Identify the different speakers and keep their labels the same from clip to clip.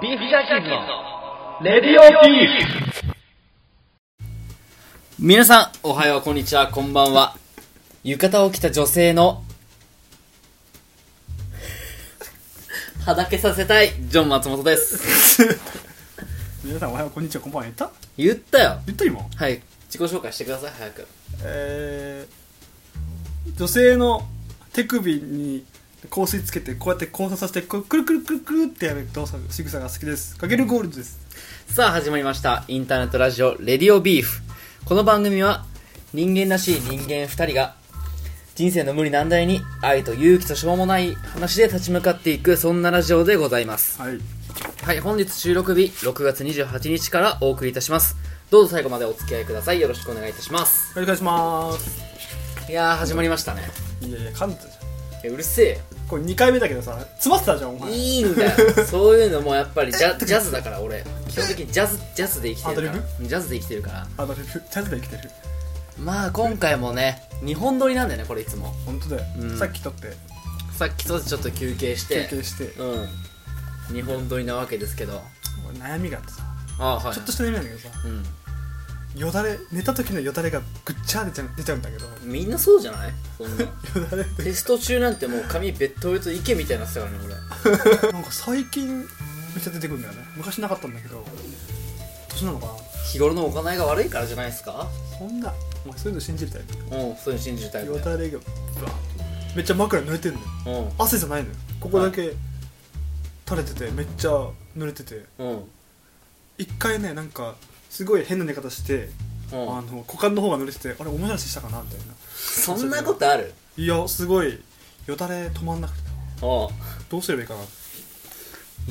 Speaker 1: ビーフジャーキーズのレディオビーフ
Speaker 2: 皆さん、おはよう、こんにちは、こんばんは。浴衣を着た女性の、 はだけさせたい、ジョン松本です。
Speaker 3: 皆さんおはようこんにちはこんばんは言った
Speaker 2: 言ったよ。
Speaker 3: 言った今
Speaker 2: はい。自己紹介してください、早く。
Speaker 3: えー、女性の手首に香水つけてこうやって交差させてこうくるくるくるくるってやる動作仕草が好きですかけるゴールドです
Speaker 2: さあ、始まりました。インターネットラジオ、レディオビーフ。この番組は、人間らしい人間二人が、人生の無理難題に、愛と勇気としょうもない話で立ち向かっていく、そんなラジオでございます。
Speaker 3: はい
Speaker 2: はい、本日収録日6月28日からお送りいたします。どうぞ最後までお付き合いください。よろしくお願いいたします。
Speaker 3: お願いします
Speaker 2: いやー、始まりましたね。
Speaker 3: いやいや噛んでたじ
Speaker 2: えうるせえよ
Speaker 3: ゃんこれ2回目だけどさ詰まってたじゃんお前
Speaker 2: いいんだよ。そういうのもやっぱりジ ャジャズだから俺。基本的にジャズ、ジャズで生きてるか
Speaker 3: アド
Speaker 2: ら。ジャズで生きてるから。
Speaker 3: あだってチャンスで生きてる
Speaker 2: まあ今回もね、日本撮りなんだよね、これいつも。
Speaker 3: 本当だよ、
Speaker 2: うん
Speaker 3: さっき撮って
Speaker 2: さっきとちょっと休憩して。
Speaker 3: 休憩して、
Speaker 2: うん。日本撮りなわけですけど。
Speaker 3: 俺悩みがあってさ
Speaker 2: あーはい。
Speaker 3: ちょっとした悩みなんだけどさ
Speaker 2: うん。
Speaker 3: よだれ寝た時のよだれがぐっちゃー出ちゃう出ちゃうんだけどよ
Speaker 2: みんなそうじゃないそんな。
Speaker 3: だれ
Speaker 2: テスト中なんてもう髪べっとべと池みたいになってたからね、俺。
Speaker 3: なんか最近めっちゃ出てくるんだよね昔なかったんだけど年なのかな
Speaker 2: 日頃の行いが悪いからじゃないですか
Speaker 3: そんなお前そういうの信じるタイプ
Speaker 2: うんそういう信じるタイプ
Speaker 3: よ
Speaker 2: だよ
Speaker 3: だれがブワーってめっちゃ枕濡れてんのよ汗じゃないのよここだけ垂れててめっちゃ濡れてて
Speaker 2: うんうん
Speaker 3: 一回ねなんかすごい変な寝方して、
Speaker 2: うん
Speaker 3: あの股間の方が濡れててあれおもやししたかなみたいな
Speaker 2: そんなことある
Speaker 3: いやすごいよだれ止まんなくて
Speaker 2: う
Speaker 3: どうすればいいかなん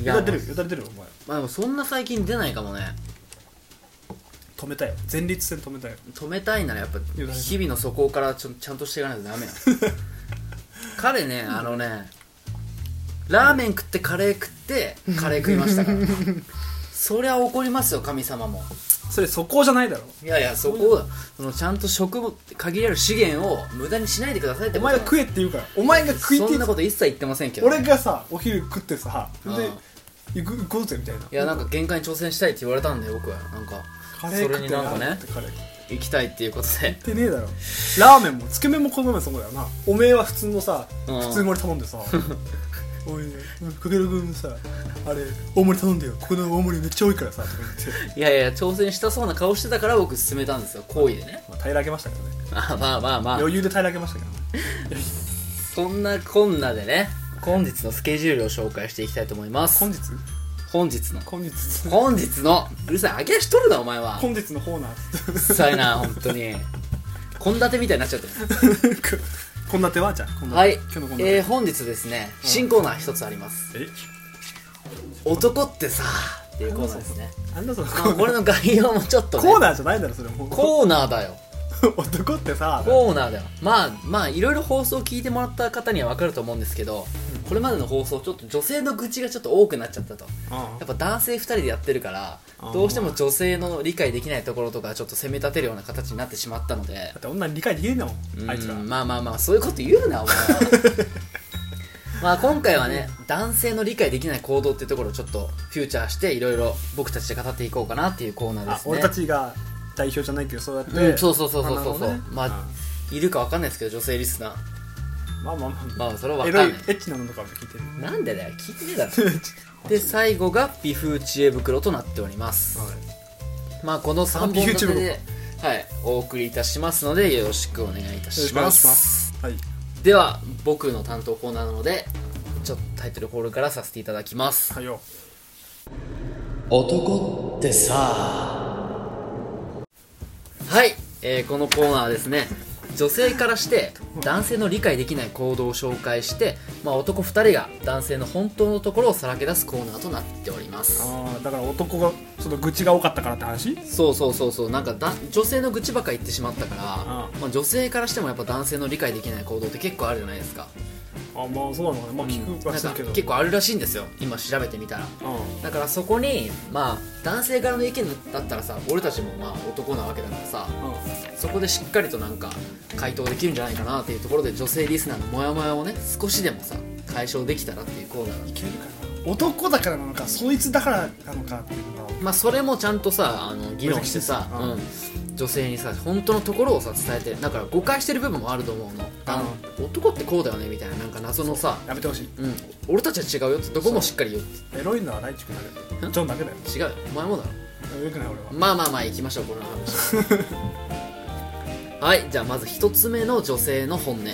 Speaker 2: い
Speaker 3: よだれ出
Speaker 2: ま
Speaker 3: るよだれ出るお前
Speaker 2: あまあでもそんな最近出ないかもね
Speaker 3: 止めたよ前立腺止めたよ
Speaker 2: 止めたいならやっぱ
Speaker 3: だれ
Speaker 2: 日々の底からちょちゃんとしていかないとダ メよ彼ねあのねラーメン食ってカレー食ってカレー食いました からそりゃ怒りますよ神様も
Speaker 3: それそこじゃないだろ
Speaker 2: いやいやそこをそのちゃんと食物限りある資源を無駄にしないでくださいって
Speaker 3: お
Speaker 2: こと
Speaker 3: 前が食えって言うからお前が食いてえっ
Speaker 2: そ
Speaker 3: て
Speaker 2: んなこと一切言ってませんけどね、
Speaker 3: 俺がさお昼食ってさそれで
Speaker 2: あ
Speaker 3: 行く行こうぜみたいない
Speaker 2: やなんか限界に挑戦したいって言われたんで僕はなんか
Speaker 3: カレー食
Speaker 2: そ
Speaker 3: っ
Speaker 2: れ
Speaker 3: て
Speaker 2: になんか
Speaker 3: な
Speaker 2: ね
Speaker 3: ってカレー食っ
Speaker 2: 行きたいっていうことで
Speaker 3: てねえだろラーメンもつけ麺もこの前そこだよなおめえは普通のさ
Speaker 2: うん
Speaker 3: 普通盛り頼 んでさおいねかける君のさあれ大盛り頼んでよここの大盛りめっちゃ多いからさとか言って
Speaker 2: いやいや挑戦したそうな顔してたから僕勧めたんですよ好意でね
Speaker 3: まあ平らげましたけどね
Speaker 2: あまあまあまあ
Speaker 3: 余裕で平らげましたけどね
Speaker 2: そんなこんなでね本日のスケジュールを紹介していきたいと思います
Speaker 3: 本日
Speaker 2: 本日の
Speaker 3: 本日
Speaker 2: 本日のうるさい揚げ足取るなお前はう
Speaker 3: 本日の方な
Speaker 2: るさいな本当に献立みたいになっちゃ ってる
Speaker 3: こんな手はじゃあ献立
Speaker 2: はい
Speaker 3: 今日のこんな
Speaker 2: えー、本日ですね新コーナー一つあります
Speaker 3: え
Speaker 2: 男ってさっていうコーナーですね
Speaker 3: なんだそのコ
Speaker 2: まあ
Speaker 3: ーナ
Speaker 2: こ
Speaker 3: ー
Speaker 2: れの概要もちょっとね
Speaker 3: コーナーじゃないだろそれもう
Speaker 2: コーナーだよ
Speaker 3: 男ってさ
Speaker 2: コーナーだよまあまあいろいろ放送を聞いてもらった方には分かると思うんですけど、これまでの放送ちょっと女性の愚痴がちょっと多くなっちゃったと
Speaker 3: うん
Speaker 2: やっぱ男性2人でやってるから
Speaker 3: あー
Speaker 2: どうしても女性の理解できないところとかちょっと責め立てるような形になってしまったので
Speaker 3: だって女に理解できねえんだもんあいつら
Speaker 2: うんまあまあまあそういうこと言う なお前はまあ今回はね男性の理解できない行動っていうところをちょっとフューチャーしていろいろ僕たちで語っていこうかなっていうコーナーで
Speaker 3: あ
Speaker 2: すね
Speaker 3: 俺たちが代表じゃないけどそうやって、
Speaker 2: うんそうそうそうそうそうそう
Speaker 3: あなるほどね
Speaker 2: まあいるかわかんないですけど女性リスナー
Speaker 3: うんまあまあまあ
Speaker 2: まあそれはわ
Speaker 3: エ
Speaker 2: か
Speaker 3: ロ
Speaker 2: ん
Speaker 3: い
Speaker 2: ない
Speaker 3: エッチなのとかも聞いてる
Speaker 2: なんでだよ聞いてねえだろで最後が微風知恵袋となっております、まあこの3本
Speaker 3: 微風
Speaker 2: 立
Speaker 3: 知
Speaker 2: て
Speaker 3: 恵
Speaker 2: で、はい、お送りいたしますのでよろしくお願いいたします
Speaker 3: はい
Speaker 2: では僕の担当コーナーなのでちょっとタイトルコールからさせていただきます
Speaker 3: はいよ
Speaker 2: 男ってさはい、えーこのコーナーはですね女性からして男性の理解できない行動を紹介して、まあ、男2人が男性の本当のところをさらけ出すコーナーとなっております
Speaker 3: ああだから男がその愚痴が多かったからって話
Speaker 2: そうそうそうそうなんかだ女性の愚痴ばっか言ってしまったから、
Speaker 3: あ
Speaker 2: まあ、女性からしてもやっぱ男性の理解できない行動って結構あるじゃないですか
Speaker 3: あまあそうなのかねまあ聞くは
Speaker 2: なん
Speaker 3: す
Speaker 2: か
Speaker 3: るけど、
Speaker 2: 結構あるらしいんですよ今調べてみたら
Speaker 3: うん
Speaker 2: だからそこにまあ男性からの意見だったらさ俺たちもまあ男なわけだからさそこでしっかりとなんか回答できるんじゃないかなっていうところで女性リスナーのモヤモヤをね少しでもさ解消できたらっていうコーナー
Speaker 3: いけるか男だからなのかそいつだからなのかっていうのが
Speaker 2: まあそれもちゃんとさあの議論してさ、
Speaker 3: 分析
Speaker 2: うん、女性にさ本当のところをさ伝えてるだから誤解してる部分もあると思うのあの男ってこうだよねみたいななんか謎のさ
Speaker 3: やめてほしい
Speaker 2: うん、俺たちは違うよってどこもしっかり言う
Speaker 3: エロいのは大地君だけ
Speaker 2: ん
Speaker 3: ジョンだけだよ
Speaker 2: 違うよお前もだろ
Speaker 3: よくない俺は
Speaker 2: まあまあまあ行きましょうこの 話はいじゃあまず一つ目の女性の本音い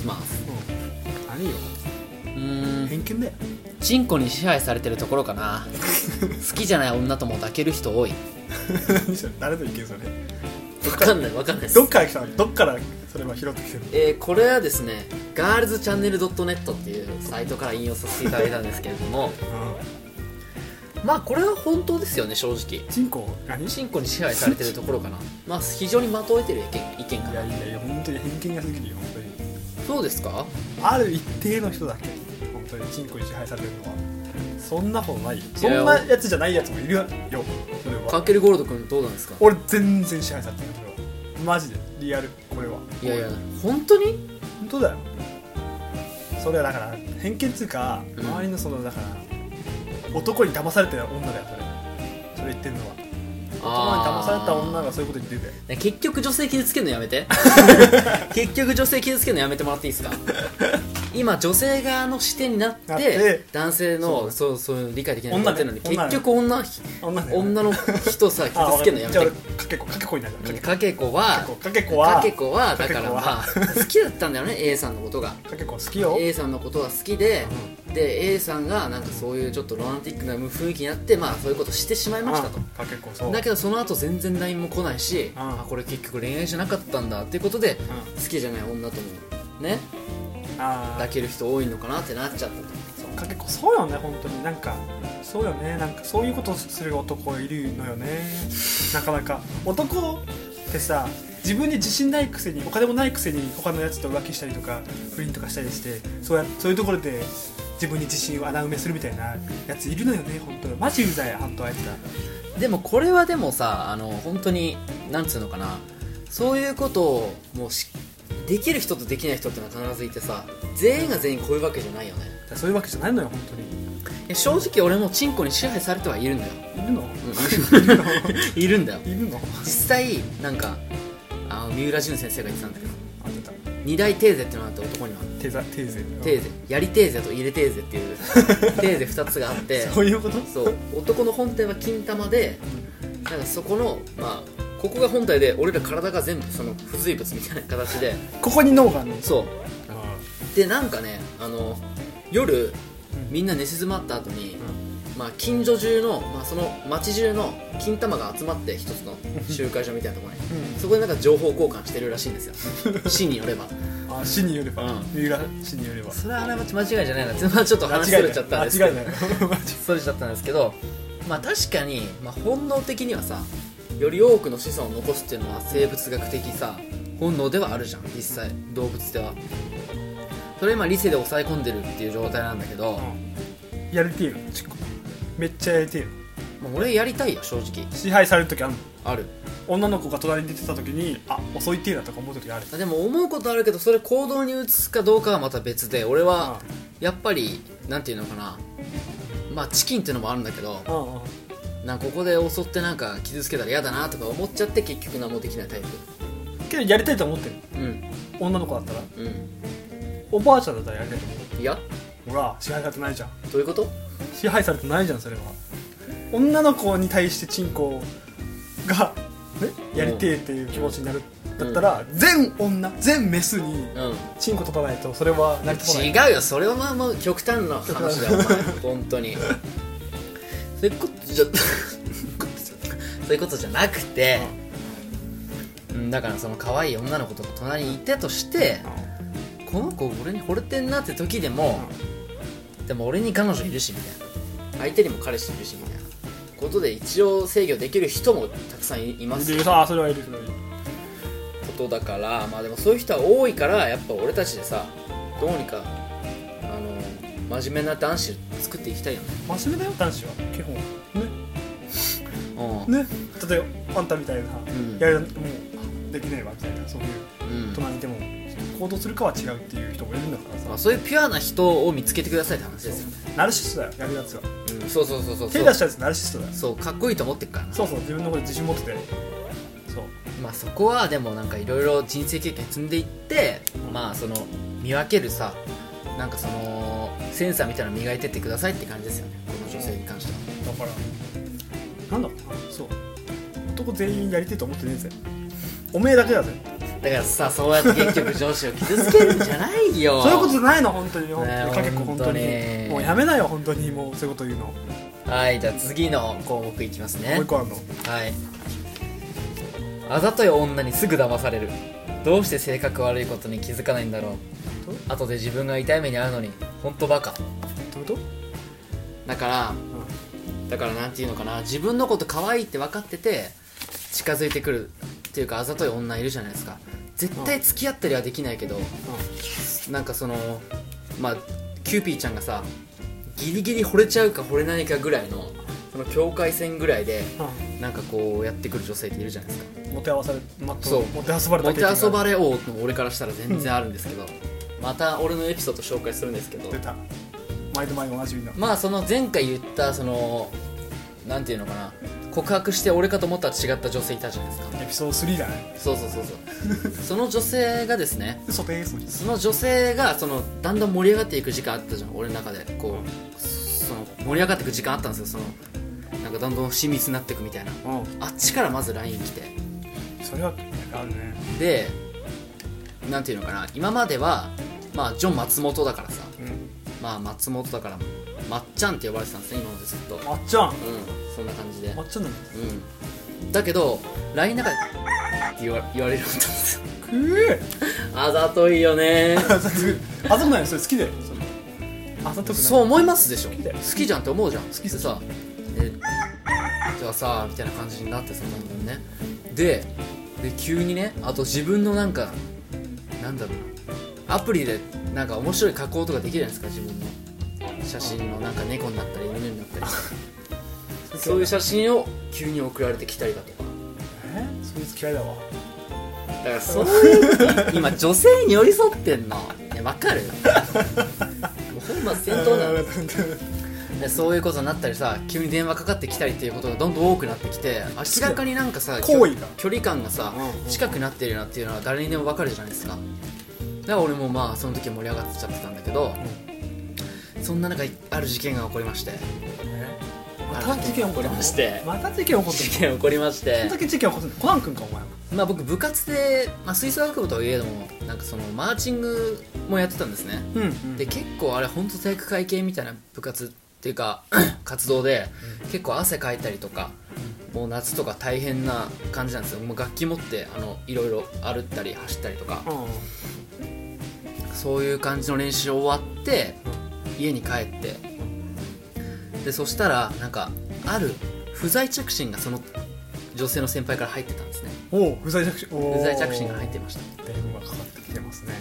Speaker 2: きます
Speaker 3: うん何よ
Speaker 2: うーん
Speaker 3: 偏見だよ
Speaker 2: チンコに支配されてるところかな 好きじゃない女とも抱ける人多い
Speaker 3: 何それ 誰の意見それ
Speaker 2: わかんないわかんないです
Speaker 3: どっから来たのどっからそれは拾ってきてる
Speaker 2: えーこれはですねガールズチャンネル .net っていうサイトから引用させていただいたんですけれど もまあこれは本当ですよね正直
Speaker 3: チンコ何い
Speaker 2: チンコに支配されてるところかなまあ非常にまとえてる意見意見か
Speaker 3: や
Speaker 2: ない
Speaker 3: やいや本当に偏見がすぎるよ本当に
Speaker 2: そうですか
Speaker 3: ある一定の人だけ本当にチンコに支配されるのはそんなことないよ
Speaker 2: や
Speaker 3: そんなやつじゃないやつもいるよそれ
Speaker 2: カー
Speaker 3: は
Speaker 2: ケルゴールド君どうなんですか
Speaker 3: 俺全然支配されてないこれはマジでリアルこれはい
Speaker 2: やいや本当に
Speaker 3: 本当だよそれはだから偏見っつうか
Speaker 2: うん
Speaker 3: 周りのそのだから男に騙されてる女だよそれそれ言ってんのは男に騙された女がそういうこと言ってて
Speaker 2: ね結局女性傷つけるのやめ て結局女性傷つけるのやめてもらっていいですか今女性側の視点になっ
Speaker 3: なってて
Speaker 2: 男性のそう,、そういうの理解できないことやってるのに
Speaker 3: 女ね
Speaker 2: 結局女
Speaker 3: 女だよ
Speaker 2: 女の人さ
Speaker 3: あ
Speaker 2: 傷つけるのやめ
Speaker 3: じゃあ
Speaker 2: て
Speaker 3: 俺かけっこかけっこになるから
Speaker 2: かけ子は
Speaker 3: かけっこは
Speaker 2: かけ子はだから
Speaker 3: かけっこは
Speaker 2: まあ好きだったんだよね A さんのことが
Speaker 3: かけっこ好きよ
Speaker 2: A さんのことが好きで、で A さんがなんかそういうちょっとロマンティックな雰囲気になってまあそういうことしてしまいましたと
Speaker 3: うんかけっこそう
Speaker 2: だけどその後全然 LINE も来ないし、
Speaker 3: うん
Speaker 2: あこれ結局恋愛じゃなかったんだっていうことで、
Speaker 3: う
Speaker 2: 好きじゃない女ともね
Speaker 3: あー
Speaker 2: 抱ける人多いのかなってなっちゃったと
Speaker 3: そうかけっこそうよね本当になんかそうよねなんかそういうことする男いるのよねなかなか男ってさ自分に自信ないくせにお金もないくせに他のやつと浮気したりとか不倫とかしたりしてそうやそういうところで自分に自信を穴埋めするみたいなやついるのよね本当マジうざい本当あいつら
Speaker 2: でもこれはでもさあの本当になんつうのかなそういうことをもうしできる人とできない人ってのは必ずいてさ全員が全員こういうわけじゃないよね
Speaker 3: だそういうわけじゃないのよ本当に
Speaker 2: いや正直俺もチンコに支配されてはいるんだよ、
Speaker 3: いるの
Speaker 2: いるんだよ
Speaker 3: いるの
Speaker 2: 実際なんかあの三浦淳先生が言ってたんだけど
Speaker 3: あ出た
Speaker 2: 二大テーゼってのがあって男には
Speaker 3: テーザテーゼ
Speaker 2: テーゼやりテーゼと入れテーゼって いうテーゼ2つがあって
Speaker 3: そういうこと
Speaker 2: そう男の本体は金玉でなんかそこのまあここが本体で俺ら体が全部その不随物みたいな形で
Speaker 3: ここに脳があるの
Speaker 2: そうでなんかねあの夜みんな寝静まった後に、まあ、近所中の、まあ、その町中の金玉が集まって一 つの集会所みたいなところに、
Speaker 3: うん
Speaker 2: そこでなんか情報交換してるらしいんです よ市によれば
Speaker 3: あ死によれば、
Speaker 2: うん
Speaker 3: 三浦死によれば
Speaker 2: それはあながち間違いじゃないなって、 まあ、ちょっと話それちゃったんです
Speaker 3: 間
Speaker 2: け
Speaker 3: 違い
Speaker 2: ど
Speaker 3: ない間違いない
Speaker 2: それちゃったんですけどまあ確かに、まあ、本能的にはさより多くの子孫を残すっていうのは生物学的さ本能ではあるじゃん実際動物ではそれ今理性で抑え込んでるっていう状態なんだけど、
Speaker 3: うんやりてえよちっこめっちゃやりてえよ
Speaker 2: まあ、俺やりたいよ正直
Speaker 3: 支配される時あるの
Speaker 2: ある
Speaker 3: 女の子が隣に出てた時にあ遅いてえなとか思う時ある
Speaker 2: でも思うことあるけどそれ行動に移すかどうかはまた別で俺はやっぱりなんていうのかなまあチキンっていうのもあるんだけど
Speaker 3: うんうん
Speaker 2: なんかここで襲ってなんか傷つけたら嫌だなとか思っちゃって結局何もできないタイプ
Speaker 3: けどやりたいと思ってる
Speaker 2: うん
Speaker 3: 女の子だったら
Speaker 2: うん
Speaker 3: おばあちゃんだったらやりたいと思
Speaker 2: いや
Speaker 3: うほら支配されてないじゃん
Speaker 2: どういうこと
Speaker 3: 支配されてないじゃんそれは女の子に対してチンコが、ね、やりてえっていう気持ちになる、だったら、全女全メスに
Speaker 2: うん
Speaker 3: チンコ立たないとそれは成り立たない
Speaker 2: 違うよそれはまあもう極端な話 だよお前本当にそういうことじゃ そういうことじゃなくて、うん、だからその可愛い女の子とか隣にいてとして、この子俺に惚れてんなって時でも、でも俺に彼女いるしみたいな相手にも彼氏いるしみたいなことで一応制御できる人もたくさんいいます
Speaker 3: でさあそれはいるそれはいる
Speaker 2: ことだからまあでもそういう人は多いからやっぱ俺たちでさどうにかあの真面目な男子作っていきたいよね
Speaker 3: 真面目だよ男子は基本ね
Speaker 2: う
Speaker 3: ね例えばあんたみたいな、
Speaker 2: ん
Speaker 3: やるもうできねえわみたいなそういう大人にいても行動するかは違うっていう人もいるんだから
Speaker 2: まあ、
Speaker 3: さ
Speaker 2: そういうピュアな人を見つけてくださいって話ですよ、
Speaker 3: ナルシストだよやるやつは
Speaker 2: うん、そうそうそうそう
Speaker 3: 手
Speaker 2: そ
Speaker 3: 出
Speaker 2: う
Speaker 3: したやつナルシストだよ
Speaker 2: そうかっこいいと思ってるからな
Speaker 3: そうそう自分のこと自信持っててそう
Speaker 2: まあそこはでもなんかいろいろ人生経験積んでいってまあその見分けるさなんかそのセンサーみたいなの磨いてってくださいって感じですよねこの女性に関しては
Speaker 3: だからなんだろうなそう男全員やりてえと思ってねえぜおめえだけだぜ
Speaker 2: だからさそうやって結局上司を傷つけるんじゃないよ
Speaker 3: そういうことじゃないの本当に本当
Speaker 2: ね
Speaker 3: にかけっこ本当に
Speaker 2: 本当に
Speaker 3: もうやめなよ本当にもうそういうこと言うのも
Speaker 2: はいじゃあ次の項目いきますね
Speaker 3: う一個あんの
Speaker 2: はいあざとい女にすぐ騙されるどうして性格悪いことに気づかないんだろう
Speaker 3: どういう
Speaker 2: 後で自分が痛い目に遭うのに本当バカ
Speaker 3: こと
Speaker 2: だからだからなんていうのかな自分のこと可愛いって分かってて近づいてくるっていうかあざとい女いるじゃないですか絶対付き合ったりはできないけど、なんかそのまあキューピーちゃんがさギリギリ惚れちゃうか惚れないかぐらいのその境界線ぐらいで
Speaker 3: う
Speaker 2: なんかこうやってくる女性っているじゃないですか
Speaker 3: ん、うん、もてあわされ、まっと
Speaker 2: そう
Speaker 3: もてあそばれた
Speaker 2: モ
Speaker 3: 経
Speaker 2: テ
Speaker 3: 験がある
Speaker 2: 遊ばれ王の俺からしたら全然あるんですけど、また俺のエピソード紹介するんですけど
Speaker 3: 出た毎度毎度おなじみだ
Speaker 2: まあその前回言ったそのなんていうのかな告白して俺かと思ったら違った女性いたじゃないですか
Speaker 3: エピソード3だね
Speaker 2: そうそうそうそう その女性がですね
Speaker 3: 嘘でーす
Speaker 2: その女性がそのだんだん盛り上がっていく時間あったじゃん俺の中でこうその盛り上がっていく時間あったんですよそのなんかだんだん親密になっていくみたいな
Speaker 3: う
Speaker 2: あっちからまず LINE 来て
Speaker 3: んそれはあるね
Speaker 2: でなんていうのかな今まではまあジョン松本だからさ
Speaker 3: うん
Speaker 2: まあ松本だからまっちゃんって呼ばれてたんですね今までずっと
Speaker 3: まっちゃん
Speaker 2: うんそんな感じで
Speaker 3: まっちゃんなんだ
Speaker 2: うんだけど LINE の中でって言わ言われるようになったんですよ
Speaker 3: くー
Speaker 2: あざといよね
Speaker 3: あざとあざとくないのそれ好きだよそれあざとくない
Speaker 2: そう思いますでしょ好
Speaker 3: きだよ
Speaker 2: きじゃんって思うじゃん好
Speaker 3: き
Speaker 2: でさでじゃあさみたいな感じになってさどんどんねでで急にねあと自分のなんかなんだろうなアプリでなんか面白い加工とかできるじゃないですか自分の写真のなんか猫になったり犬になったりそういう写真を急に送られてきたりだとか
Speaker 3: えそいつ嫌いだわ
Speaker 2: だからそういう今女性に寄り添ってんのいやわかるもう本末転倒なのでそういうことになったりさ急に電話かかってきたりっていうことがどんどん多くなってきて明らかになんか さ
Speaker 3: 行為が
Speaker 2: 距距離感がさ
Speaker 3: うんうん
Speaker 2: 近くなってるなっていうのは誰にでも分かるじゃないですかだから俺もまあその時盛り上がっちゃってたんだけど、そんな中ある事件が起こりまして
Speaker 3: えまた事件起こりまし
Speaker 2: して
Speaker 3: また事件起こってる
Speaker 2: 事件起こりまし
Speaker 3: こん
Speaker 2: て
Speaker 3: だけ事件起こってるコナン君かお前は
Speaker 2: まあ僕部活で、まあ、吹奏楽部とはいえどもなんかそのマーチングもやってたんですね
Speaker 3: うん、
Speaker 2: で結構あれ本当体育会系みたいな部活っていうか 活動で結構汗かいたりとかもう夏とか大変な感じなんですよもう楽器持ってあのいろいろ歩ったり走ったりとか
Speaker 3: うん
Speaker 2: そういう感じの練習終わって家に帰ってでそしたらなんかある不在着信がその女性の先輩から入ってたんですね
Speaker 3: おお不在着信お
Speaker 2: 不在着信が入って
Speaker 3: ま
Speaker 2: ました
Speaker 3: す電話かかってきてますね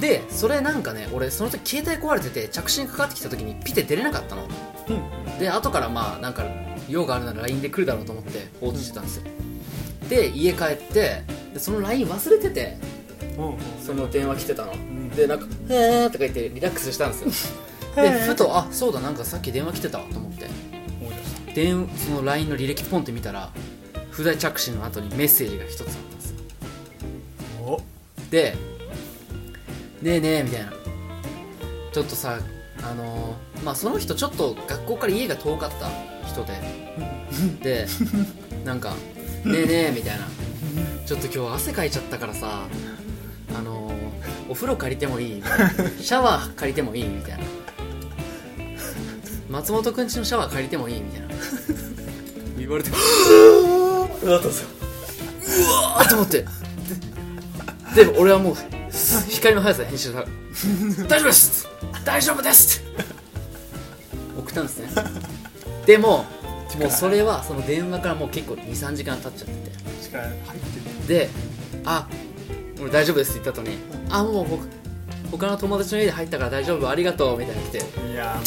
Speaker 2: でそれなんかね俺その時携帯壊れてて着信かかってきた時にピて出れなかったの
Speaker 3: うん
Speaker 2: で後からまあなんか用があるなら LINE で来るだろうと思って放置してたんですよ、で家帰ってでその LINE 忘れてて
Speaker 3: うんうん
Speaker 2: その電話来てたの、
Speaker 3: ん
Speaker 2: でなんか「へーとか言ってリラックスしたんですよ でふとあそうだなんかさっき電話来てたわと思って
Speaker 3: 思い出した
Speaker 2: 電その LINE の履歴ポンって見たら不在着信の後にメッセージが一つあったんですよ
Speaker 3: お
Speaker 2: で「ねえねえ」みたいなちょっとさあのーまあその人ちょっと学校から家が遠かった人ででなんか「ねえねえ」みたいな「ちょっと今日汗かいちゃったからさあのーお風呂借りてもいい?」みたいな「シャワー借りてもいい?」みたいな「松本くんちのシャワー借りてもいい?」みたいな言われてなったんですようわーと思ってでも俺はもう光の速さで編集した「大丈夫です大丈夫です!」送ったんですねでももうそれはその電話からもう結構23時間経っちゃってて
Speaker 3: 力入ってる
Speaker 2: で「あ俺大丈夫です」って言った後に「あもう僕他の友達の家で入ったから大丈夫ありがとう」みたいに来てっ
Speaker 3: いや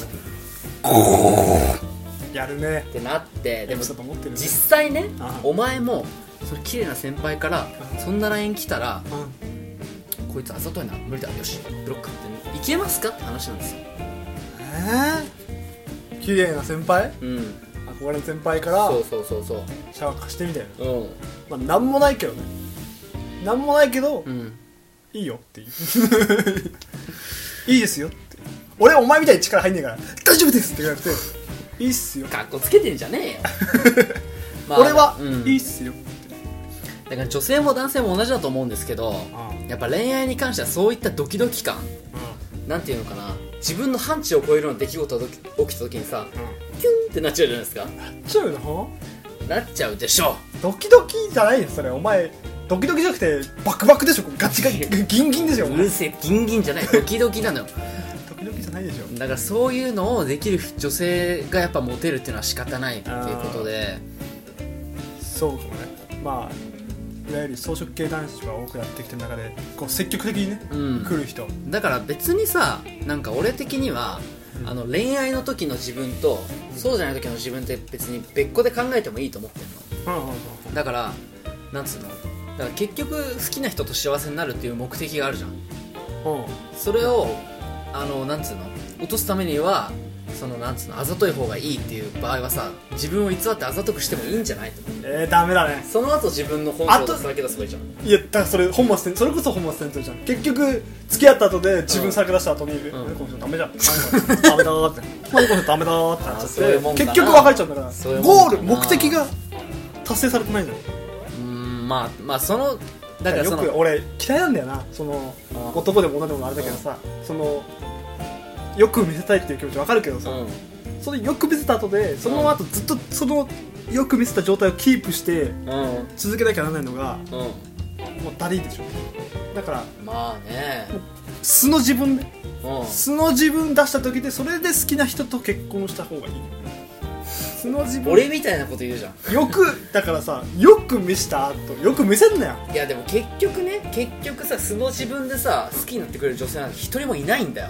Speaker 3: ーやるね
Speaker 2: てなってで
Speaker 3: で
Speaker 2: も
Speaker 3: もちょっと持ってるね
Speaker 2: 実際ね
Speaker 3: あ
Speaker 2: お前もその綺麗な先輩からそんな LINE 来たら
Speaker 3: う
Speaker 2: こいつあざといな無理だよしブロックっていけますかって話なんですよ
Speaker 3: えー、綺麗な先輩
Speaker 2: うん
Speaker 3: 憧れの先輩から
Speaker 2: そうそうそうそう
Speaker 3: シャワー貸してみたいな
Speaker 2: うん
Speaker 3: まあなんもないけどねなんもないけど、
Speaker 2: うん
Speaker 3: いいよっていう いいですよって俺お前みたいに力入んねえから大丈夫ですって言 われていいっすよ、
Speaker 2: かっこつけてんじゃね えよまあ
Speaker 3: 俺は、
Speaker 2: うん
Speaker 3: いいっすよって
Speaker 2: だから女性も男性も同じだと思うんですけどやっぱ恋愛に関してはそういったドキドキ感なんていうのかな自分の範疇を超えるような出来事が起きた時にさキュンってなっちゃうじゃないですか
Speaker 3: ちょいの
Speaker 2: なっちゃうでしょ
Speaker 3: ドキドキじゃないよそれお前ドキドキじゃなくてバクバクでしょガチガチギンギンでしょお
Speaker 2: う
Speaker 3: 前
Speaker 2: る
Speaker 3: ド
Speaker 2: せえギンギンじゃないドキドキなのよ
Speaker 3: キドキじゃないでしょ
Speaker 2: だからそういうのをできる女性がやっぱモテるっていうのは仕方ないっていうことで
Speaker 3: そうかもねまあいわゆる草食系男子が多くなってきてる中でこう積極的にね、
Speaker 2: うん
Speaker 3: 来る人
Speaker 2: だから別にさなんか俺的には、
Speaker 3: うん
Speaker 2: あの恋愛の時の自分と、そうじゃない時の自分って別に別個で考えてもいいと思ってんの
Speaker 3: うんうんうん
Speaker 2: だからなんつうのだから結局好きな人と幸せになるっていう目的があるじゃん
Speaker 3: うん
Speaker 2: それをあのなんつうの落とすためにはそのなんつうのあざとい方がいいっていう場合はさ自分を偽ってあざとくしてもいいんじゃないと思う
Speaker 3: えー、ダメだね
Speaker 2: その後自分の本性を出すだけ出せばいいじゃん
Speaker 3: いやだからそれ本末転それこそ本末転倒じゃん結局付き合った後で自分さらけ出した後に、えこの人ダメじゃんダメだーってこの人ダメだーってなっちゃ
Speaker 2: あーそういうも
Speaker 3: っ
Speaker 2: ん
Speaker 3: て
Speaker 2: だな
Speaker 3: 結局別れちゃうんだから
Speaker 2: そういうもん
Speaker 3: ゴ
Speaker 2: だ
Speaker 3: ー
Speaker 2: な
Speaker 3: ル目的が達成されてないんだよ
Speaker 2: うーんまあまあそのだから
Speaker 3: よ
Speaker 2: その
Speaker 3: く俺嫌いなんだよなその
Speaker 2: うん
Speaker 3: 男でも女でもあれだけどさそのよく見せたいっていう気持ちわかるけどさ、それよく見せた後でその後ずっとそのよく見せた状態をキープして
Speaker 2: うんうん
Speaker 3: 続けなきゃならないのが
Speaker 2: うん
Speaker 3: もうだりいでしょだから
Speaker 2: まあね
Speaker 3: 素の自分で
Speaker 2: うん
Speaker 3: 素の自分出した時でそれで好きな人と結婚した方がいい素の自分
Speaker 2: 俺みたいなこと言うじゃん
Speaker 3: よくだからさよく見せた後よく見せんなよ
Speaker 2: いやでも結局ね結局さ素の自分でさ好きになってくれる女性なんて一人もいないんだよ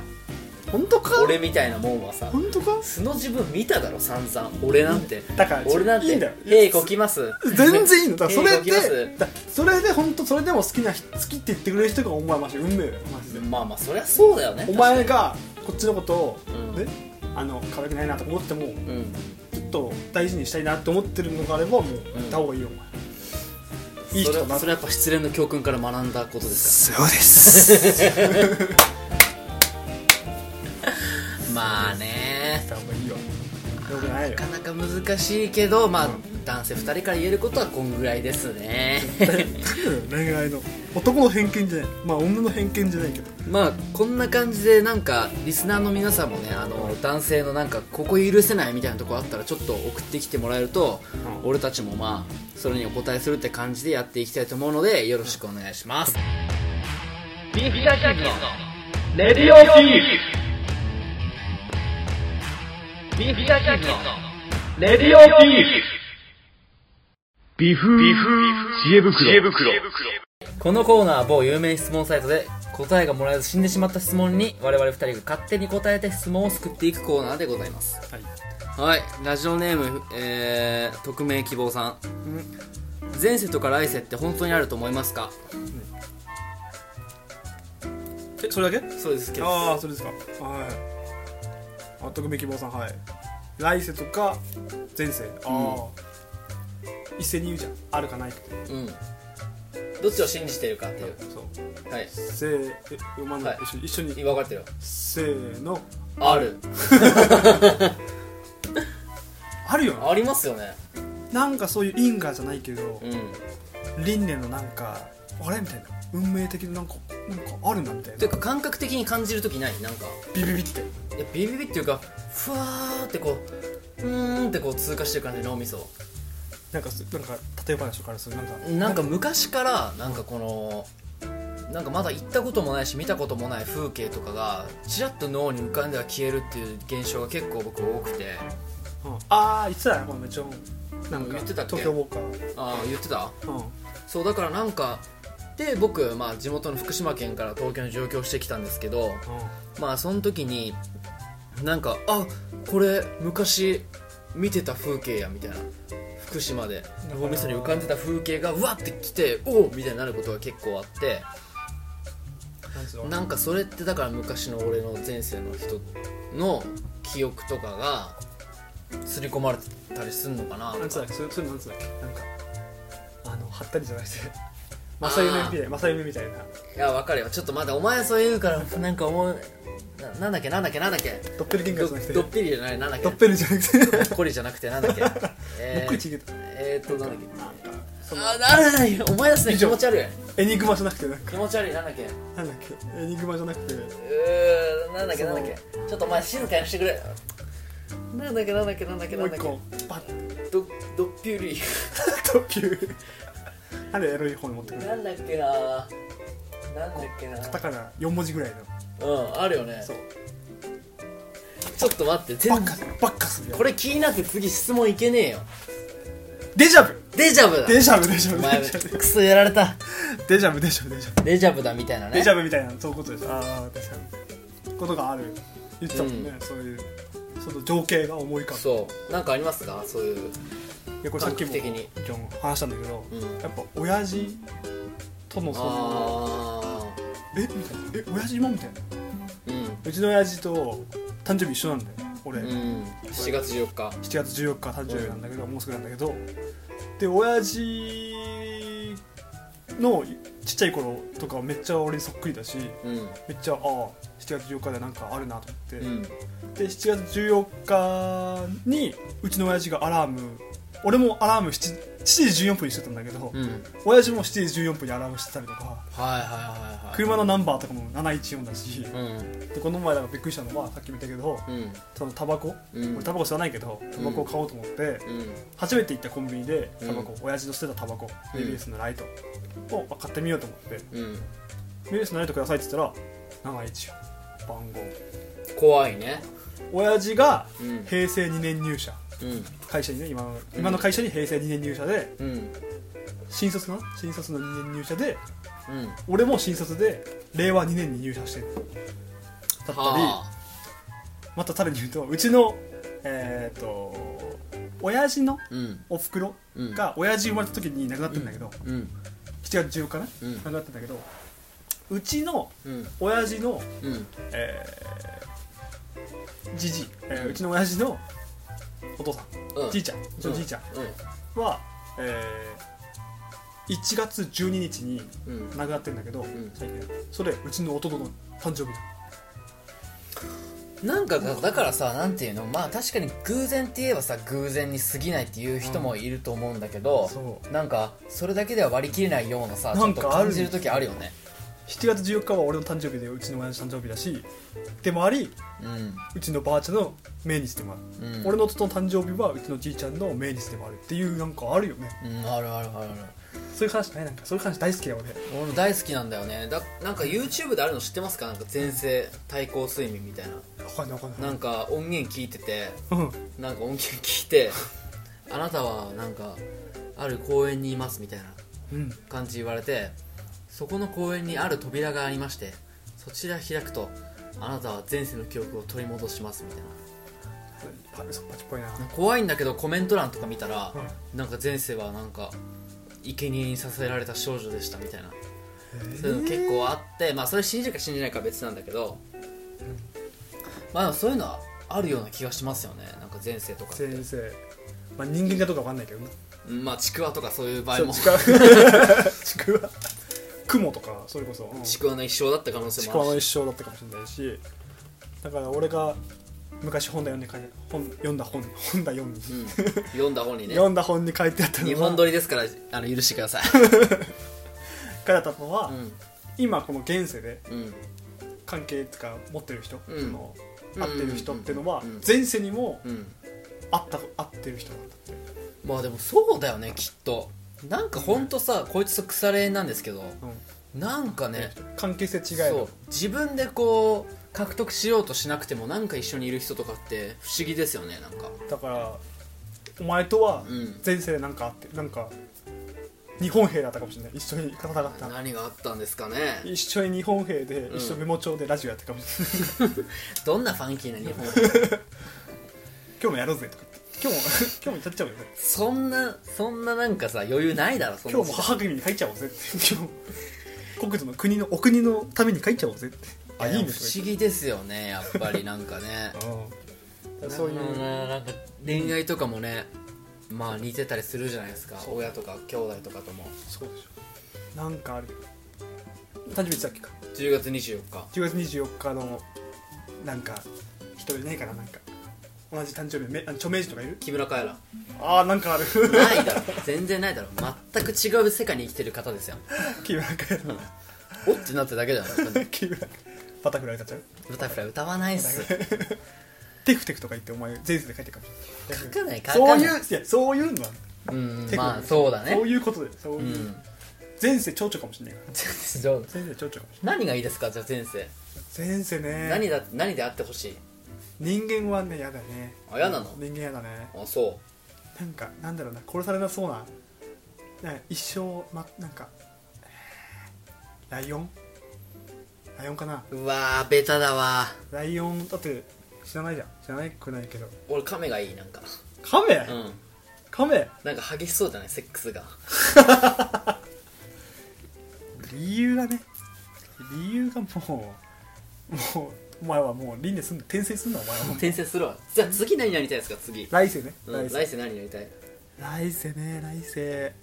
Speaker 3: 本当か
Speaker 2: 俺みたいなもんはさ
Speaker 3: 本当か
Speaker 2: 素の自分見ただろ散々俺なんて
Speaker 3: だから
Speaker 2: 俺なん
Speaker 3: いいんだよ
Speaker 2: て「えいこきます」
Speaker 3: 全然いいのだからそれ
Speaker 2: いいのいき
Speaker 3: でだそれで本当それでも好きな人好きって言ってくれる人がお前マジ運命だよマジで
Speaker 2: まあまあそりゃそうだよね
Speaker 3: お前がこっちのことを、
Speaker 2: うん
Speaker 3: ねあの可愛くないなと思っても
Speaker 2: うん
Speaker 3: ちょっと大事にしたいなって思ってるのがあればもう
Speaker 2: うん
Speaker 3: 行った方がいいよお前、いい
Speaker 2: それ
Speaker 3: 人だな
Speaker 2: はそれはやっぱ失恋の教訓から学んだことです
Speaker 3: そうです
Speaker 2: かまあね
Speaker 3: 行った方がいいよよくない
Speaker 2: な
Speaker 3: よ
Speaker 2: かなか難しいけどまあ、
Speaker 3: うん
Speaker 2: 男性2人から言えることはこんぐらいですね
Speaker 3: 恋愛の男の偏見じゃないまあ女の偏見じゃないけど
Speaker 2: まあこんな感じでなんかリスナーの皆さんもねあの男性のなんかここ許せないみたいなとこあったらちょっと送ってきてもらえると、
Speaker 3: うん
Speaker 2: 俺たちもまあそれにお答えするって感じでやっていきたいと思うのでよろしくお願いします
Speaker 1: ビーフジャーキーズのレディオビーフビーフジャーキーズのレディオビーフビフビフ知恵袋知恵袋
Speaker 2: このコーナーは某有名質問サイトで答えがもらえず死んでしまった質問に我々2人が勝手に答えて質問を救っていくコーナーでございます
Speaker 3: はい
Speaker 2: はいラジオネーム、えー、匿名希望さん
Speaker 3: うん
Speaker 2: 前世とか来世って本当にあると思いますか
Speaker 3: えそれだけ
Speaker 2: そうですけ
Speaker 3: あ
Speaker 2: ど
Speaker 3: あそうですかはいあ徳目希望さんはい来世とか前世ああ、一斉に言うじゃんあるかないか
Speaker 2: うんどっちを信じてるかっていう
Speaker 3: そう
Speaker 2: はい
Speaker 3: せーえ読まない、
Speaker 2: はい
Speaker 3: 一緒に一緒に
Speaker 2: 分かってるよ
Speaker 3: せーの
Speaker 2: ある
Speaker 3: あるよな
Speaker 2: ありますよね
Speaker 3: なんかそういう因果じゃないけど
Speaker 2: うん
Speaker 3: 輪廻のなんかあれみたいな運命的ななんかなんかあるなみたい
Speaker 2: とい
Speaker 3: な
Speaker 2: うか感覚的に感じるときないなんか
Speaker 3: ビビビって
Speaker 2: いやビビビっていうかふわーってこううーんってこう通過してる感じ脳みそ
Speaker 3: なんかすなんか例え話とかあるそれなんか
Speaker 2: なんか昔からなんかこのなんかまだ行ったこともないし見たこともない風景とかがちらっと脳に浮かんでは消えるっていう現象が結構僕多くて
Speaker 3: うんああ言ってたよこのめっちゃなんか
Speaker 2: 言ってたっけ
Speaker 3: 東京ウォーカー
Speaker 2: ああ言ってた
Speaker 3: うん
Speaker 2: そうだからなんかで僕、まあ、地元の福島県から東京に上京してきたんですけどまあその時になんかあこれ昔見てた風景やみたいな福島で脳みそに浮かんでた風景がうわってきておおみたいになることが結構あって
Speaker 3: なんつうの
Speaker 2: なんかそれってだから昔の俺の前世の人の記憶とかが刷り込まれてたりすんのかな
Speaker 3: なんつうだっけそれそれなんつうだっけなんかあのはったりじゃなくて正夢みたいな正夢みたいない
Speaker 2: やわかるよちょっと待ってお前そう言うからなんか思うななんだっけなんだっけなんだっけ
Speaker 3: ドッペルゲンガーじゃなくて
Speaker 2: どっぺりじゃないなんだっけ
Speaker 3: ドッペルじゃなく
Speaker 2: ど
Speaker 3: て
Speaker 2: っこりじゃなくてなんだっ け
Speaker 3: どっ
Speaker 2: え
Speaker 3: くりち
Speaker 2: ー
Speaker 3: ぎった
Speaker 2: えーっとなんだっけ
Speaker 3: なんかその
Speaker 2: ああれ思い出すね気持ち悪い
Speaker 3: エニグマじゃなくてなんか
Speaker 2: 気持ち悪いなんだっけう
Speaker 3: なんだっけエニグマじゃなくて
Speaker 2: ーなんだっけ
Speaker 3: そ
Speaker 2: な
Speaker 3: の
Speaker 2: んだっけちょっとお前静かにしてくれなんだっけなんだっけなんだっけ
Speaker 3: も
Speaker 2: な
Speaker 3: う
Speaker 2: だ
Speaker 3: ん一
Speaker 2: っけ
Speaker 3: 個バッ
Speaker 2: ドドッピュリ
Speaker 3: とピューなんでエロい方に持ってく
Speaker 2: ー
Speaker 3: る
Speaker 2: なんだっけななんだっけ
Speaker 3: カタ
Speaker 2: な
Speaker 3: カナ4文字ぐらいの
Speaker 2: うんあるよね
Speaker 3: そう
Speaker 2: ちょっと待って
Speaker 3: バ
Speaker 2: 全
Speaker 3: ッカ
Speaker 2: 然
Speaker 3: スバッカス
Speaker 2: これ気になって次質問いけねえよ
Speaker 3: デジャブ
Speaker 2: デジャブだ
Speaker 3: デジャブデジャ
Speaker 2: お
Speaker 3: ブ
Speaker 2: 前
Speaker 3: デジャブ
Speaker 2: クソやられた
Speaker 3: デジャブデジャブデジャブ
Speaker 2: デジャブだみたいなね
Speaker 3: デジャブみたいなそういうことですああ確かにことがある言ってたもんね、そういうその情景が思い浮かぶ
Speaker 2: そうなんかありますかそういう
Speaker 3: いやこれさっきも
Speaker 2: 感覚的に
Speaker 3: ジョン話したんだけど、
Speaker 2: うん
Speaker 3: やっぱ親父とのその
Speaker 2: あ
Speaker 3: えみたいなえ親父もみたいな
Speaker 2: ー
Speaker 3: うちの親父と誕生日一緒なんだよ俺、
Speaker 2: うんうん7月14日
Speaker 3: 7月14日誕生日なんだけど、もうすぐなんだけどで親父のちっちゃい頃とかめっちゃ俺にそっくりだし
Speaker 2: うん
Speaker 3: めっちゃああ7月14日でなんかあるなと思って、
Speaker 2: うん
Speaker 3: で7月14日にうちの親父がアラーム俺もアラーム 7, 7時14分にしてたんだけど、
Speaker 2: うんはい
Speaker 3: 親父も7時14分にアラームしてたりとか
Speaker 2: はいはいはい
Speaker 3: 車のナンバーとかも714だし、
Speaker 2: うん
Speaker 3: でこの前だからびっくりしたのはさっきも言ったけど
Speaker 2: うん
Speaker 3: そのタバコ、
Speaker 2: うん
Speaker 3: 俺タバコ吸わないけどタバコを買おうと思って、
Speaker 2: うん
Speaker 3: 初めて行ったコンビニで
Speaker 2: うん
Speaker 3: タバコ、親父の捨てたタバコ
Speaker 2: うん
Speaker 3: ABS のライトを買ってみようと思って
Speaker 2: うん、
Speaker 3: 「ABS のライトください」って言ったら714番号
Speaker 2: 怖いね
Speaker 3: 親父が
Speaker 2: うん
Speaker 3: 平成2年入社
Speaker 2: うん
Speaker 3: 会社にね今の今の会社に平成2年入社で
Speaker 2: うん
Speaker 3: 新卒の新卒の2年入社で
Speaker 2: うん
Speaker 3: 俺も新卒で令和2年に入社してだったり
Speaker 2: は
Speaker 3: またさらに言うとうちのえっ、と親父の
Speaker 2: あうん
Speaker 3: おふくろ
Speaker 2: うん
Speaker 3: が親父生まれた時に亡くなってるんだけど、
Speaker 2: うん
Speaker 3: 7月14日ね、
Speaker 2: うん
Speaker 3: 亡くなってんだけどうちの
Speaker 2: うん
Speaker 3: 親父の
Speaker 2: うん
Speaker 3: えーじじい、えーうちの親父のお父さん、
Speaker 2: うん
Speaker 3: じいちゃんうちのじいちゃん
Speaker 2: う
Speaker 3: は、えー1月12日に
Speaker 2: んうん
Speaker 3: 亡くなってんだけど、
Speaker 2: ん
Speaker 3: 最近それうちの弟の誕生日
Speaker 2: なんかだだからさなんていうのまあ確かに偶然って言えばさ偶然に過ぎないっていう人もいると思うんだけど、
Speaker 3: そ
Speaker 2: なんかそれだけでは割り切れないようなさち
Speaker 3: な
Speaker 2: ょ
Speaker 3: ん
Speaker 2: っと
Speaker 3: か
Speaker 2: 感じる時あるよね
Speaker 3: 7月14日は俺の誕生日でうちの親父の誕生日だしでもあり
Speaker 2: うん
Speaker 3: うちのばあちゃんの命日でもある、
Speaker 2: うん
Speaker 3: 俺の弟の誕生日はうちのじいちゃんの命日でもあるっていうなんかあるよね
Speaker 2: うんあるあるあるある
Speaker 3: そういう話ないなんかそういう話大好きだよ俺
Speaker 2: 俺も大好きなんだよねだなんか YouTube であるの知ってますかなんか前世対抗睡眠みたいな
Speaker 3: 分かんない分かんない
Speaker 2: なんか音源聞いてて
Speaker 3: うん
Speaker 2: なんか音源聞いて あなたはなんかある公園にいますみたいな
Speaker 3: うん
Speaker 2: 感じ言われてそこの公園にある扉がありましてそちら開くとあなたは前世の記憶を取り戻しますみたい
Speaker 3: あそっぱちっぽいな
Speaker 2: な怖いんだけどコメント欄とか見たら
Speaker 3: うん
Speaker 2: なんか前世はなんか生贄にさせられた少女でしたみたいなそういうの結構あってまあそれ信じるか信じないかは別なんだけどまあでもそういうのはあるような気がしますよねなんか前世とかって
Speaker 3: 先生まあ人間かどうか分かんないけどな
Speaker 2: うんまあちくわとかそういう場合
Speaker 3: そう
Speaker 2: も
Speaker 3: ちく わちくわ雲とかそれこそ、うん
Speaker 2: ち
Speaker 3: ち
Speaker 2: くわの一生だった可能性
Speaker 3: く
Speaker 2: も
Speaker 3: わ
Speaker 2: あ
Speaker 3: の
Speaker 2: るし
Speaker 3: 一生だったかもしれないしだから俺が昔本だ読んで書いて本読んだ本本だ読んで、
Speaker 2: うん読んだ本にね
Speaker 3: 読んだ本に書いてあったの
Speaker 2: 日
Speaker 3: は
Speaker 2: 本撮りですからあの許してください
Speaker 3: 書いてあったのは、
Speaker 2: うん
Speaker 3: 今この現世で
Speaker 2: うん
Speaker 3: 関係とか持ってる人、
Speaker 2: うん
Speaker 3: その会ってる人ってのは、
Speaker 2: うんうんうん
Speaker 3: 前世にも
Speaker 2: うん
Speaker 3: 会った会ってる人なんだって
Speaker 2: まあでもそうだよねきっとなんかほんとさこいつと腐れ縁なんですけどなんかね
Speaker 3: 関係性違え
Speaker 2: そう自分でこう獲得しようとしなくてもなんか一緒にいる人とかって不思議ですよねなんか
Speaker 3: だからお前とは
Speaker 2: うん
Speaker 3: 前世でなんかあってなんか日本兵だったかもしれない一緒に戦った
Speaker 2: 何があったんですかね
Speaker 3: 一緒に日本兵で
Speaker 2: うん
Speaker 3: 一緒メモ帳でラジオやってるかもしれない
Speaker 2: どんなファンキーな日本
Speaker 3: 今日もやろうぜとか言って今日も 今日も歌っちゃおうよね
Speaker 2: そんなそんななんかさ余裕ないだろそんな
Speaker 3: 今日も母君に書いちゃおうぜって今国土の国のお国のために書いちゃおうぜってあいいね
Speaker 2: 不
Speaker 3: そ
Speaker 2: 思議ですよねやっぱりなんかね
Speaker 3: れうん そういう
Speaker 2: ねなんか恋愛とかもねまあ似てたりするじゃないですか親とか兄弟とかとも
Speaker 3: そうでしょなんかある誕生日いつだっけか
Speaker 2: 10月24日
Speaker 3: 10月24日のなんか人いないかななんか同じ誕生日めあ著名人とかいる
Speaker 2: 木村カエラ
Speaker 3: ああなん かある
Speaker 2: ないだろ全然ないだろ全く違う世界に生きてる方ですよ
Speaker 3: 木村カエ
Speaker 2: おってなってるだけだよ
Speaker 3: ラ木村バタフライ歌っちゃう
Speaker 2: バタフライ歌わないっす
Speaker 3: テクテクとか言ってお前前世で書いてるかもし
Speaker 2: 書
Speaker 3: れ
Speaker 2: かない書
Speaker 3: そ
Speaker 2: かな
Speaker 3: う
Speaker 2: い
Speaker 3: いういやそういうのは
Speaker 2: うん
Speaker 3: テク
Speaker 2: まあそうだね
Speaker 3: そういうことでそう
Speaker 2: う
Speaker 3: いう、
Speaker 2: ん
Speaker 3: 前世蝶々かもしれないから
Speaker 2: どう
Speaker 3: 前世蝶々かもし
Speaker 2: 何がいいですかじゃあ前世
Speaker 3: れない前世ね
Speaker 2: 何だ何であってほしい
Speaker 3: 人間はね嫌だね
Speaker 2: あ嫌なの
Speaker 3: 人間嫌だね
Speaker 2: あそう
Speaker 3: なんかなんだろうな殺されなそうななんか一生まなんかライオンライオンかな
Speaker 2: うわーベタだわ
Speaker 3: ライオンだって知らないじゃん知らないくないけど
Speaker 2: 俺カメがいいなんか
Speaker 3: カメ、
Speaker 2: うん
Speaker 3: カメ
Speaker 2: なんか激しそうじゃないセックス が
Speaker 3: 理由がね理由がもうもうお前はもう輪廻すんな転生すんなお前はもう
Speaker 2: 転生するわじゃあ次何なりたいですか次、
Speaker 3: 来世ね
Speaker 2: うん、
Speaker 3: 来世
Speaker 2: 来世何なりたい
Speaker 3: 来世ね来世来世ね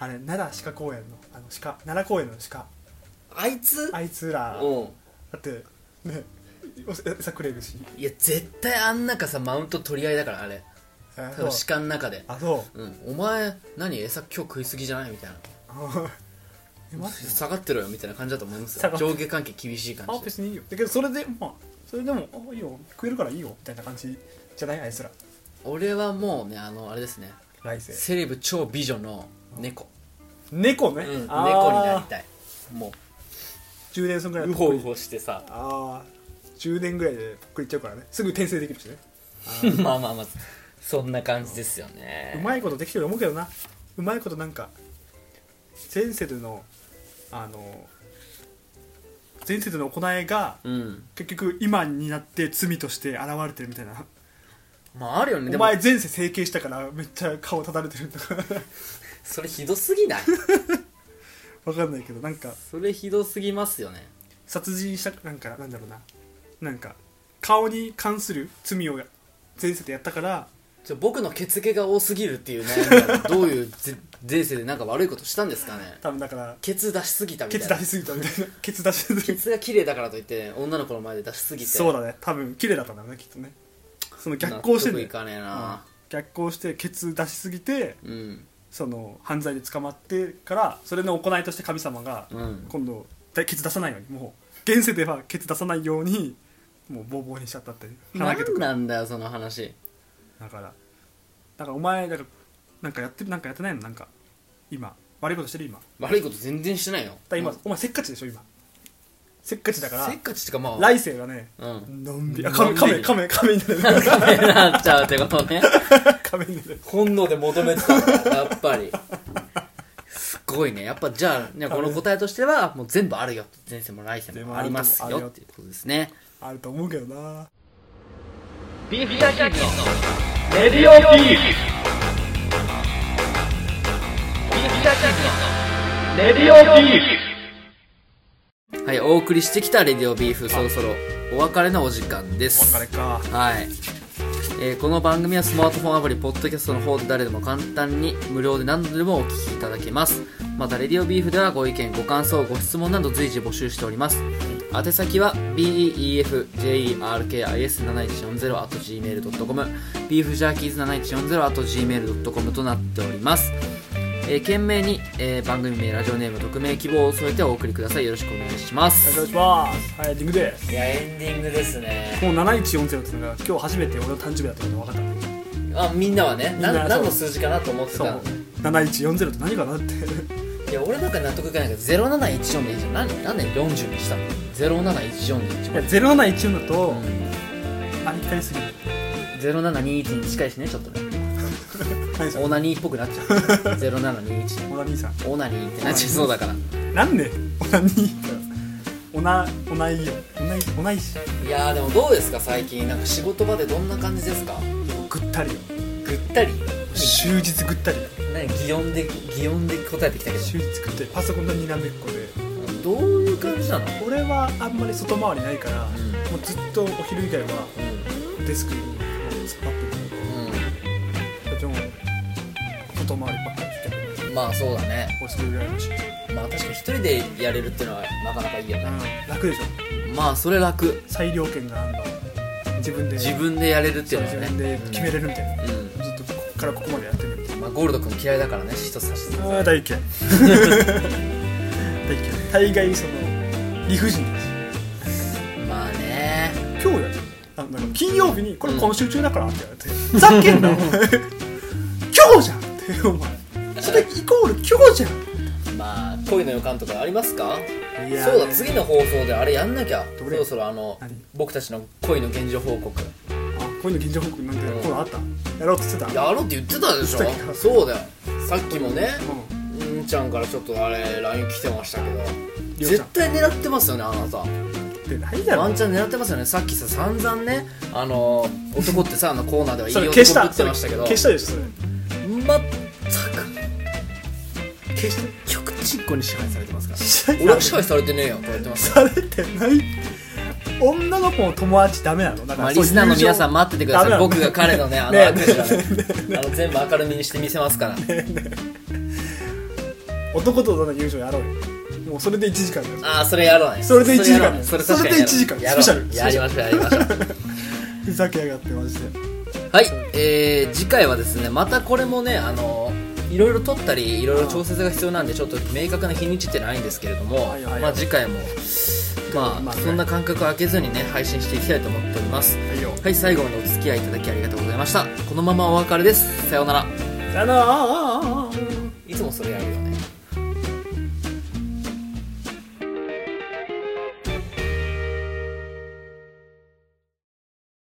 Speaker 3: あれ奈良鹿公園のあの鹿奈良公園の鹿
Speaker 2: あいつ
Speaker 3: あいつら
Speaker 2: うん
Speaker 3: だってねお餌くれるし
Speaker 2: いや絶対あん中さマウント取り合いだからあれ
Speaker 3: あ
Speaker 2: 多分鹿の中で
Speaker 3: あそう
Speaker 2: うん、お前何餌今日食いすぎじゃないみたいな
Speaker 3: えマジで
Speaker 2: 下がってろよみたいな感じだと思います
Speaker 3: 下
Speaker 2: よ
Speaker 3: がって
Speaker 2: 上下関係厳しい感
Speaker 3: あ
Speaker 2: じで
Speaker 3: 別にいいよだけどそれでまあそれでもあいいよ食えるからいいよみたいな感じじゃないあいつら
Speaker 2: 俺はもうねあのあれですね
Speaker 3: 来世
Speaker 2: セレブ超美女の猫、
Speaker 3: 猫ね、
Speaker 2: うん、猫に
Speaker 3: あー
Speaker 2: なりたいも
Speaker 3: 10年そんぐらいう
Speaker 2: うほうほしてさ
Speaker 3: ああ10年ぐらいでぽっくりいっちゃうからねすぐ転生できるしね
Speaker 2: まあまあまあそんな感じですよ
Speaker 3: う
Speaker 2: ね
Speaker 3: まいことできてると思うけどなうまいことなんか前世でのあの前世での行いが
Speaker 2: うん
Speaker 3: 結局今になって罪として現れてるみたいな
Speaker 2: まああるよねで
Speaker 3: お
Speaker 2: も
Speaker 3: 前前世整形したからめっちゃ顔たたれてるとか
Speaker 2: それひどすぎない
Speaker 3: わかんないけどなんか
Speaker 2: それひどすぎますよね
Speaker 3: 殺人したなんかなんだろうななんか顔に関する罪を前世でやったから
Speaker 2: ちょ僕の血毛が多すぎるっていう悩 みはどういうぜ前世でなんか悪いことしたんですかね
Speaker 3: 多分だから
Speaker 2: ケツ出しすぎたみた
Speaker 3: ケ
Speaker 2: いな
Speaker 3: ツ出しすぎた みたいなケツ出しすぎ
Speaker 2: ケツが綺麗だからといって女の子の前で出しすぎて
Speaker 3: そう
Speaker 2: だ
Speaker 3: だね多分綺麗だったんだろうねきっとねその逆行して
Speaker 2: 納得
Speaker 3: ね
Speaker 2: いかねえな
Speaker 3: 逆行してケツ出しすぎて
Speaker 2: うん
Speaker 3: その犯罪で捕まってからそれの行いとして神様が
Speaker 2: うん
Speaker 3: 今度ケツ出さないようにもう現世ではケツ出さないようにもうボーボーにしちゃったって
Speaker 2: 何
Speaker 3: 毛とか
Speaker 2: なんだよその話
Speaker 3: だからだからお前だからなんかやってるなんかやってないのなんか今悪いことしてる今だか
Speaker 2: 悪いこと全然してないよ
Speaker 3: ら今、
Speaker 2: うん
Speaker 3: お前せっかちでしょ今せっかちだから
Speaker 2: せっかちってかまあ
Speaker 3: 来世がね
Speaker 2: うん
Speaker 3: のんびりあ
Speaker 2: のん
Speaker 3: 亀
Speaker 2: び
Speaker 3: 亀
Speaker 2: り
Speaker 3: 亀亀になる
Speaker 2: ダメになっちゃうってことね
Speaker 3: 亀になる
Speaker 2: 本能で求めてたんだやっぱりすごいねやっぱじゃあ、ね、この答えとしてはもう全部あるよ前世も来世もあります
Speaker 3: 全部ある
Speaker 2: よ
Speaker 3: よ
Speaker 2: っていうことですね
Speaker 3: あると思うけどな
Speaker 1: ビーフジャーキーのレディオビーフビーフジャーキーのレディオビーフ
Speaker 2: はいお送りしてきた「レディオビーフ」そろそろお別れのお時間です
Speaker 3: 別れか
Speaker 2: はい、えーこの番組はスマートフォンアプリポッドキャストの方で誰でも簡単に無料で何度でもお聞きいただけますまたレディオビーフではご意見ご感想ご質問など随時募集しております宛先は beefjerkis7140.gmail.com beefjerkis7140.gmail.com となっておりますえー、件名に、えー番組名ラジオネーム匿名希望を添えてお送りくださいよろしくお願いしま
Speaker 3: お願い
Speaker 2: す
Speaker 3: しますはいエンディングです
Speaker 2: いやエンディングですね
Speaker 3: もう7140っていうのが今日初めて俺の誕生日だったことが分かったんだけ
Speaker 2: あみんなはね
Speaker 3: みんな
Speaker 2: な
Speaker 3: そう
Speaker 2: 何の数字かなと思って
Speaker 3: ど
Speaker 2: た
Speaker 3: そう7140って何か なって
Speaker 2: いや俺なんか納得いかないけど0714でいいじゃん何何で40にしたの0714でいいじゃ
Speaker 3: い
Speaker 2: ん
Speaker 3: や0714だと、
Speaker 2: うん
Speaker 3: ありきたりすぎる
Speaker 2: 0721に近いしねちょっとね
Speaker 3: 何そ
Speaker 2: オ
Speaker 3: れ
Speaker 2: ナニーっぽくなっちゃう 0721
Speaker 3: オナニーさん
Speaker 2: オナニーってなっちゃいそうだから
Speaker 3: なんでオナニーってオナオナイよオナイオナイし
Speaker 2: いやーでもどうですか最近なんか仕事場でどんな感じですか
Speaker 3: ぐったりよ
Speaker 2: ぐったり
Speaker 3: 終日ぐったり
Speaker 2: 何擬音で擬音で答えてきたけど
Speaker 3: 終日ぐったりパソコンのにらめっこで
Speaker 2: どういう感じなの
Speaker 3: 俺はあんまり外回りないから、
Speaker 2: ん
Speaker 3: もうずっとお昼以外はデスクに突っ張っててでも外回りばっかりしてる
Speaker 2: うん、まあそうだね
Speaker 3: 俺それぐらいのし、うん、
Speaker 2: まあ確かに一人でやれるっていうのはなかなかいいよね
Speaker 3: 楽でしょ
Speaker 2: まあそれ楽
Speaker 3: 裁量権があるの自分で
Speaker 2: 自分でやれるってい
Speaker 3: そうう
Speaker 2: のは
Speaker 3: 自
Speaker 2: ね
Speaker 3: 分で決めれるみたいな、
Speaker 2: うん、
Speaker 3: ずっとこっからここまでやってみるみたい
Speaker 2: うんまあ、ゴールド君嫌いだからね人差し
Speaker 3: なあー 大嫌い大嫌い大概その理不尽だし
Speaker 2: まあね
Speaker 3: 今日やるあのなんか金曜日にこれ今週中だからって言われ てふざけんなお前今日じゃんってお前それイコール今日じゃ
Speaker 2: まあ恋の予感とかありますか
Speaker 3: ん
Speaker 2: そうだ次の放送であれやんなきゃそ
Speaker 3: どれ
Speaker 2: ろそろあの
Speaker 3: 何
Speaker 2: 僕たちの恋の現状報告
Speaker 3: あこういうの現状報告なんて
Speaker 2: うん
Speaker 3: こういうのあったやろうって言ってた
Speaker 2: やろうって言ってたでし
Speaker 3: 言ってたけ
Speaker 2: ょ
Speaker 3: ど
Speaker 2: そうだよさっきもね
Speaker 3: うん
Speaker 2: うんちゃんからちょっとあれ LINE 来てましたけど
Speaker 3: りょうちゃん
Speaker 2: 絶対狙ってますよねあなた
Speaker 3: ってないだ
Speaker 2: ワ
Speaker 3: ろ
Speaker 2: ンチャン狙ってますよねさっきさ散々ねあの男ってさあのコーナーではいい
Speaker 3: それ
Speaker 2: 男
Speaker 3: 消
Speaker 2: ぶ
Speaker 3: した
Speaker 2: って
Speaker 3: それ
Speaker 2: ましたけど
Speaker 3: 消したでしょそれ
Speaker 2: 全く
Speaker 3: 消して
Speaker 2: 極ちっこに支配されてますか
Speaker 3: 支配
Speaker 2: ら俺は支配されてねえよとか言って ますよ
Speaker 3: されてない女の子の友達ダメなのだか
Speaker 2: ま
Speaker 3: ら
Speaker 2: あ、リスナーの皆さん待っててください、僕が彼のねあの悪事をね あの全部明るみにしてみせますから、
Speaker 3: 男と女の友情やろうよもうそれで1時間だよ
Speaker 2: ああそれやろうね
Speaker 3: それで一時間
Speaker 2: それやろうねそれ確かにやろう
Speaker 3: それで一時間スペシャル
Speaker 2: やりましょうやりましょ う
Speaker 3: ふざけやがってマジで
Speaker 2: はい、えー、次回はですねまたこれもねあのいろいろ撮ったりいろいろ調節が必要なんでちょっと明確な日にちってないんですけれども、
Speaker 3: はいはいはい
Speaker 2: まあ、次回も、まあ
Speaker 3: まあ
Speaker 2: そんな間隔を空けずにね配信していきたいと思っております
Speaker 3: はいよ
Speaker 2: はい最後までお付き合いいただきありがとうございましたこのままお別れですさようなら
Speaker 3: さよなら
Speaker 2: いつもそれやるよね